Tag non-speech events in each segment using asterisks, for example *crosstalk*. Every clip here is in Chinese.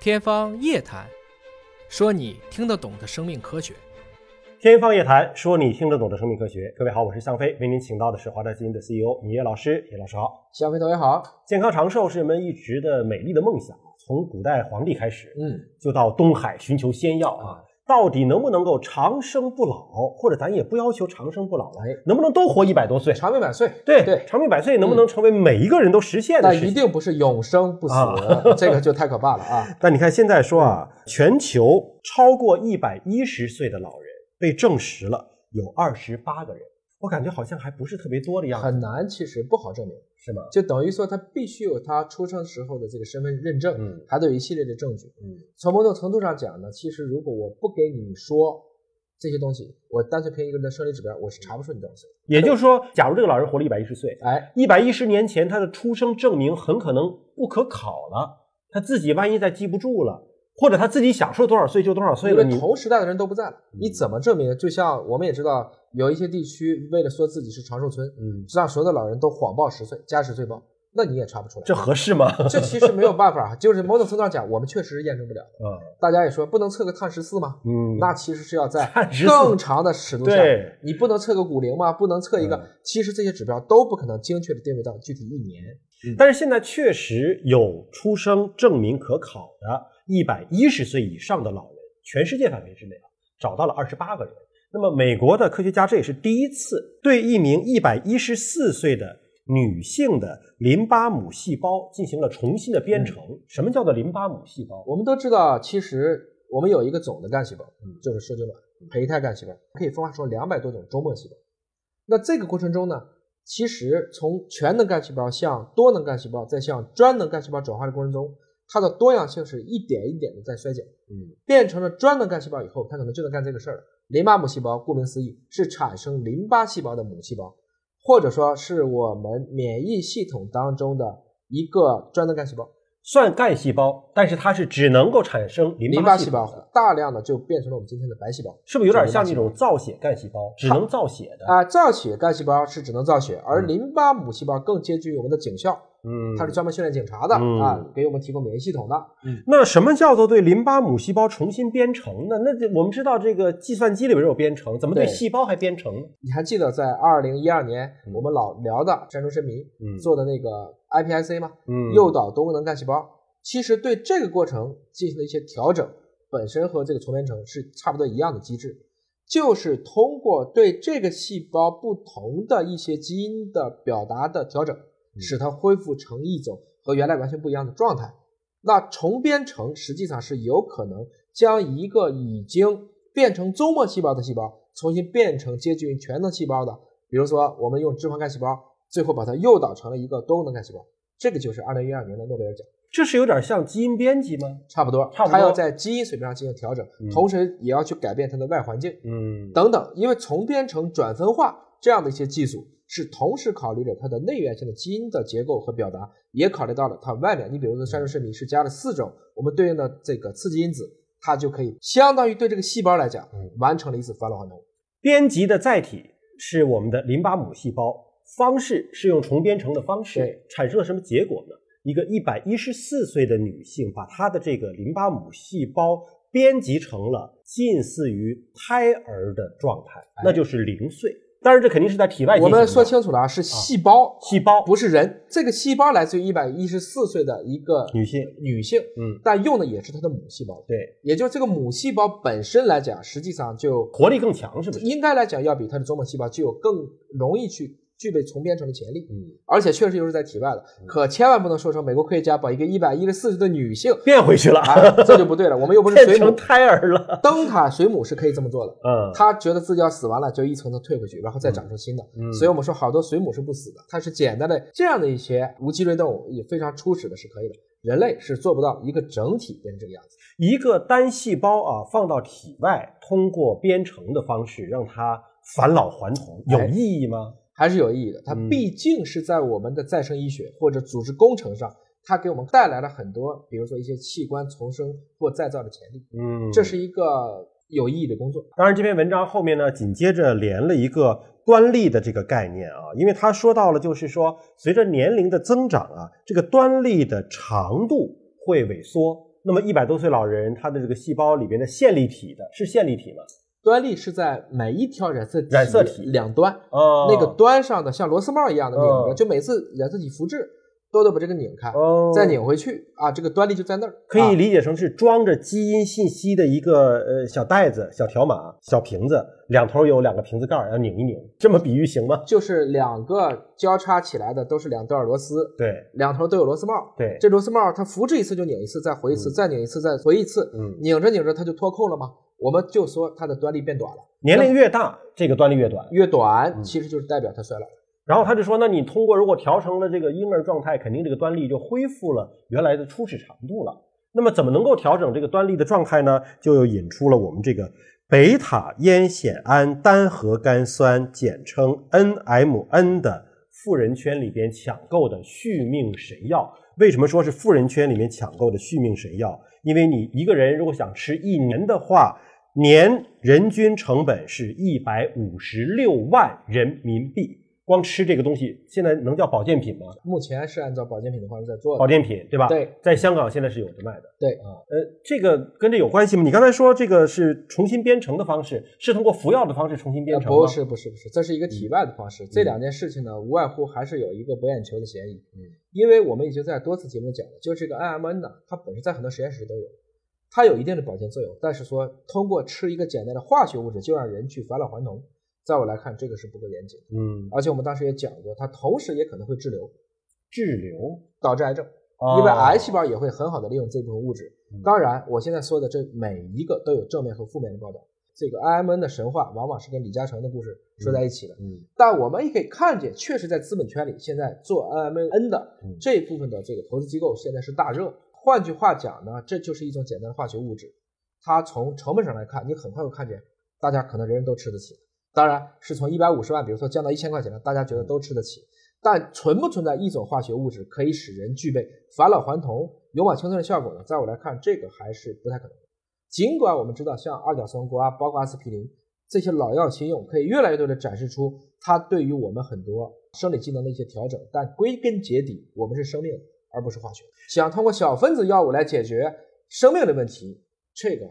天方夜谭，说你听得懂的生命科学。天方夜谭，说你听得懂的生命科学。各位好，我是向飞，为您请到的是华大基因的 CEO 米叶老师。叶老师好，向飞同学好，健康长寿是人们一直的美丽的梦想，从古代皇帝开始，嗯，就到东海寻求仙药啊。到底能不能够长生不老，或者咱也不要求长生不老了，哎能不能都活一百多岁？长命百岁，对对长命百岁能不能成为每一个人都实现的但事情？一定不是永生不死，啊 *laughs* 这个就太可怕了 *laughs* 啊！但你看现在说啊，全球超过一百一十岁的老人被证实了有二十八个人，我感觉好像还不是特别多的样子，很难，其实不好证明，是吗？就等于说他必须有他出生时候的这个身份认证，嗯还得有一系列的证据。嗯，从某种程度上讲呢，其实如果我不给你说这些东西，我单纯凭一个人的生理指标，我是查不出你多少岁。也就是说，假如这个老人活了一百一十岁，哎，一百一十年前他的出生证明很可能不可考了，他自己万一再记不住了，或者他自己想说多少岁就多少岁因了，为你同时代的人都不在了，嗯你怎么证明？就像我们也知道，有一些地区为了说自己是长寿村，嗯，让所有的老人都谎报十岁，加十岁报，那你也查不出来。这合适吗？这其实没有办法，啊就是某种程度上讲，我们确实是验证不了。嗯大家也说不能测个碳十四吗？嗯，那其实是要在碳14更长的尺度下，对你不能测个骨龄吗？不能测一个，嗯其实这些指标都不可能精确的定位到具体一年。但是现在确实有出生证明可考的一百一十岁以上的老人，全世界范围之内啊，找到了二十八个人。那么，美国的科学家这也是第一次对一名一百一十四岁的女性的淋巴母细胞进行了重新的编程。嗯什么叫做淋巴母细胞？我们都知道，其实我们有一个总的干细胞，就是受精卵、胚胎干细胞，可以分化出两百多种周末细胞。那这个过程中呢，其实从全能干细胞向多能干细胞，再向专能干细胞转化的过程中，它的多样性是一点一点的在衰减。嗯，变成了专能干细胞以后，它可能就能干这个事儿了。淋巴母细胞，顾名思义，是产生淋巴细胞的母细胞，或者说是我们免疫系统当中的一个专能干细胞。算干细胞，但是它是只能够产生淋淋巴巴细细胞的，胞大量的就变成了我们今天的白细胞。是不是有点像那种造血干细胞，只能造血的？啊、造血干细胞是只能造血，而嗯淋巴母细胞更接近于我们的警校，嗯，它是专门训练警察的嗯啊，给我们提供免疫系统的。那什么叫做对淋巴母细胞重新编程呢？那这我们知道这个计算机里边有编程，怎么对对嗯细胞还编程呢？你还记得在二零一二年嗯我们老聊的山中申迷嗯做的那个 iPSC 吗？嗯诱导多功能干细胞，其实对这个过程进行了一些调整，本身和这个重编程是差不多一样的机制，就是通过对这个细胞不同的一些基因的表达的调整，使它恢复成一种和原来完全不一样的状态。那重编程实际上是有可能将一个已经变成周末细胞的细胞，重新变成接近于全能细胞的，比如说我们用脂肪干细胞，最后把它诱导成了一个多功能干细胞。这个就是二零一二年的诺贝尔奖，这是有点像基因编辑吗？差不多，差不多它要在基因水平上进行调整，嗯同时也要去改变它的外环境嗯，等等。因为重编程、转分化这样的一些技术是同时考虑了它的内源性的基因的结构和表达，也考虑到了它外面。你比如说嗯山中睡迷是加了四种我们对应的这个刺激因子，它就可以相当于对这个细胞来讲嗯完成了一次返老还童。编辑的载体是我们的淋巴母细胞，方式是用重编程的方式对，产生了什么结果呢？一个一百一十四岁的女性把她的这个淋巴母细胞编辑成了近似于胎儿的状态，那就是零岁。当然，这肯定是在体外哎进我行的。们说清楚了啊，是细胞，细胞不是人。这个细胞来自于一百一十四岁的一个女性，女性，嗯，但用的也是它的母细胞，对，也就是这个母细胞本身来讲，实际上就活力更强，是不是？应该来讲要比它的周末细胞具有更容易去具备重编程的潜力，嗯，而且确实又是在体外的，可千万不能说成美国科学家把一个一百一十四岁的女性，变回去了，啊，这就不对了，我们又不是变水成母，胎儿 *laughs* 了。灯塔水母是可以这么做的。嗯，他觉得自己要死完了，就一层层退回去，然后再长出新的。嗯所以我们说，好多水母是不死的，它是简单的这样的一些无脊椎动物也非常初始的，是可以的。人类是做不到一个整体变成这个样子。一个单细胞啊，放到体外，通过编程的方式让它返老还童，有哎意义吗？还是有意义的。它嗯毕竟是在我们的再生医学或者组织工程上，它给我们带来了很多，比如说一些器官重生或再造的潜力，嗯这是一个有意义的工作。当然，这篇文章后面呢，紧接着连了一个端粒的这个概念啊，因为他说到了，就是说随着年龄的增长啊，这个端粒的长度会萎缩，那么一百多岁老人，他的这个细胞里边的线粒体的是线粒体吗？端粒是在每一条染色体染色体两端，哦那个端上的像螺丝帽一样的拧着，哦就每次染色体复制都得把这个拧开，哦，再拧回去啊，这个端粒就在那儿。可以啊理解成是装着基因信息的一个呃小袋子、小条码、小瓶子，两头有两个瓶子盖儿，要拧一拧。这么比喻行吗？就是两个交叉起来的都是两段螺丝，对两头都有螺丝帽。对，这螺丝帽它复制一次就拧一次，再回一次，嗯再拧一次，再回一次，嗯，拧着拧着它就脱扣了嘛。我们就说它的端粒变短了，年龄越大，这个端粒越短。越短嗯其实就是代表它衰老。然后他就说，那你通过如果调成了这个婴儿状态，肯定这个端粒就恢复了原来的初始长度了。那么怎么能够调整这个端粒的状态呢？就又引出了我们这个北塔烟酰胺单核苷酸，简称 NMN 的富人圈里边抢购的续命神药。为什么说是富人圈里面抢购的续命神药？因为你一个人如果想吃一年的话，年人均成本是一百五十六万人民币。光吃这个东西，现在能叫保健品吗？目前是按照保健品的方式在做保的，健品对吧？呃对，在香港现在是有的卖的。对啊，呃，这个跟这有关系吗？你刚才说这个是重新编程的方式，是通过服药的方式重新编呃程吗？不是不是不是，这是一个嗯体外的方式。这两件事情呢，无外乎还是有一个博眼球的嫌疑。嗯，因为我们已经在多次节目里讲了，就这个 NMN 呢，它本身在很多实验室都有，它有一定的保健作用，但是说通过吃一个简单的化学物质就让人去返老还童，在我来看，这个是不够严谨的。嗯，而且我们当时也讲过，它同时也可能会滞留，滞留，导致癌症，哦因为癌细胞也会很好的利用这部分物质嗯。当然，我现在说的这每一个都有正面和负面的报道。这个 IMN 的神话往往是跟李嘉诚的故事说在一起的，嗯但我们也可以看见，确实在资本圈里，现在做呃 IMN 的嗯这部分的这个投资机构现在是大热。换句话讲呢，这就是一种简单的化学物质，它从成本上来看，你很快会看见，大家可能人人都吃得起。当然是从一百五十万，比如说降到一千块钱了，大家觉得都吃得起。但存不存在一种化学物质可以使人具备返老还童、永葆青春的效果呢？在我来看，这个还是不太可能的。尽管我们知道，像二甲双胍啊，包括阿司匹林这些老药新用，可以越来越多的展示出它对于我们很多生理机能的一些调整，但归根结底，我们是生命，而不是化学。想通过小分子药物来解决生命的问题，这个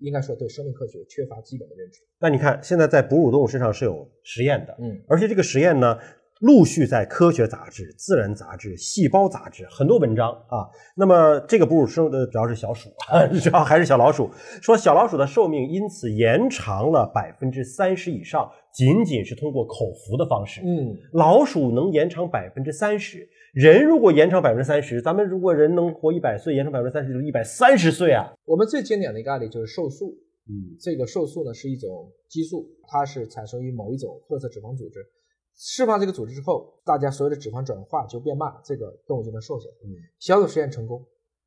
应该说对生命科学缺乏基本的认知。但你看，现在在哺乳动物身上是有实验的，嗯，而且这个实验呢，陆续在科学杂志、自然杂志、细胞杂志很多文章啊。那么这个哺乳生的主要是小鼠，啊 *laughs* 主要还是小老鼠，说小老鼠的寿命因此延长了百分之三十以上，仅仅是通过口服的方式。嗯，老鼠能延长百分之三十，人如果延长百分之三十，咱们如果人能活一百岁，延长百分之三十就是一百三十岁啊。我们最经典的一个案例就是瘦素，嗯这个瘦素呢是一种激素，它是产生于某一种褐色脂肪组织，释放这个组织之后，大家所有的脂肪转化就变慢，这个动物就能瘦下来。嗯，小组实验成功，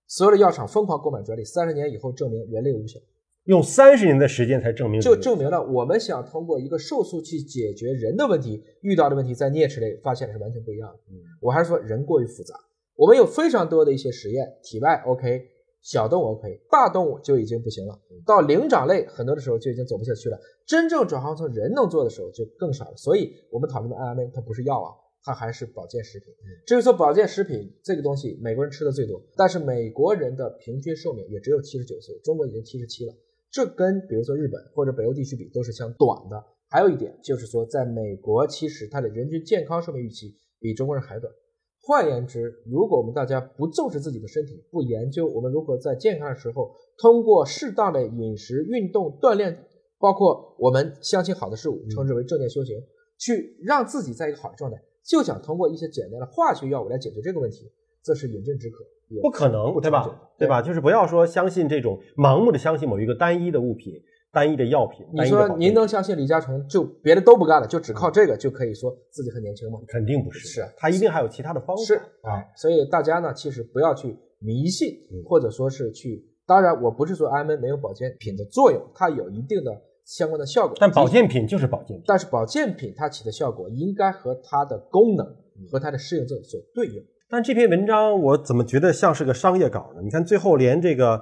所有的药厂疯狂购买专利，三十年以后证明人类无效，用三十年的时间才证明就这个证明了我们想通过一个瘦素去解决人的问题，遇到的问题在啮齿类发现是完全不一样的。嗯我还是说人过于复杂，我们有非常多的一些实验，体外 OK。小动物 OK，大动物就已经不行了。到灵长类，很多的时候就已经走不下去了。真正转化成人能做的时候就更少了。所以我们讨论的安安眠，它不是药啊，它还是保健食品。至于说保健食品这个东西，美国人吃的最多，但是美国人的平均寿命也只有七十九岁，中国已经七十七了。这跟比如说日本或者北欧地区比都是相短的。还有一点就是说，在美国其实它的人均健康寿命预期比中国人还短。换言之，如果我们大家不重视自己的身体，不研究我们如何在健康的时候，通过适当的饮食、运动、锻炼，包括我们相信好的事物，嗯称之为正念修行，去让自己在一个好的状态，就想通过一些简单的化学药物来解决这个问题，这是饮鸩止渴，也不可能，不对长久吧？对吧？就是不要说相信这种盲目的相信某一个单一的物品、单一的药品。你单一的保说健您品能相信李嘉诚就别的都不干了，就只靠这个就可以说自己很年轻吗？肯定不是，是啊他一定还有其他的方法。是啊，所以大家呢，其实不要去迷信嗯，或者说是去。当然，我不是说安门没有保健品的作用，它有一定的相关的效果。但保，健品就是保健品。但是保健品它起的效果应该和它的功能嗯和它的适应症所对应。但这篇文章我怎么觉得像是个商业稿呢？你看最后连这个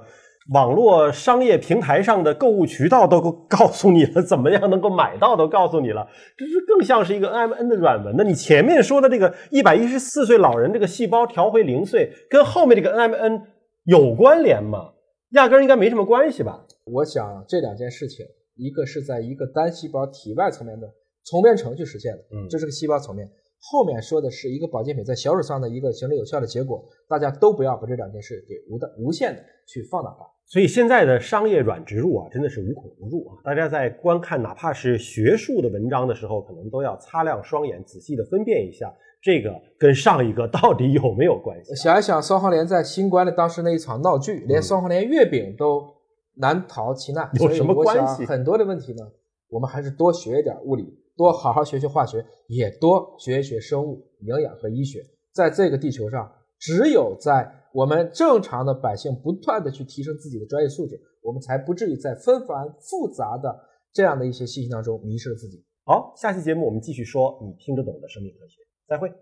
网络商业平台上的购物渠道都告诉你了，怎么样能够买到都告诉你了，这是更像是一个 N M N 的软文的。你前面说的这个一百一十四岁老人这个细胞调回零岁，跟后面这个 N M N 有关联吗？压根儿应该没什么关系吧？我想这两件事情，一个是在一个单细胞体外层面的从变程去实现的，嗯这是个细胞层面。后面说的是一个保健品在小鼠上的一个行之有效的结果，大家都不要把这两件事给无的无限的去放大化。所以现在的商业软植入啊，真的是无孔不入啊！大家在观看哪怕是学术的文章的时候，可能都要擦亮双眼，仔细的分辨一下这个跟上一个到底有没有关系啊、想一想，双黄连在新冠的当时那一场闹剧，连嗯双黄连月饼都难逃其难，有所以什么我想关系很多的问题呢，我们还是多学一点物理，多好好学学化学，也多学一学生物、营养和医学。在这个地球上，只有在我们正常的百姓不断的去提升自己的专业素质，我们才不至于在纷繁复杂的这样的一些信息当中迷失了自己。好，下期节目我们继续说你听得懂的生命科学，再会。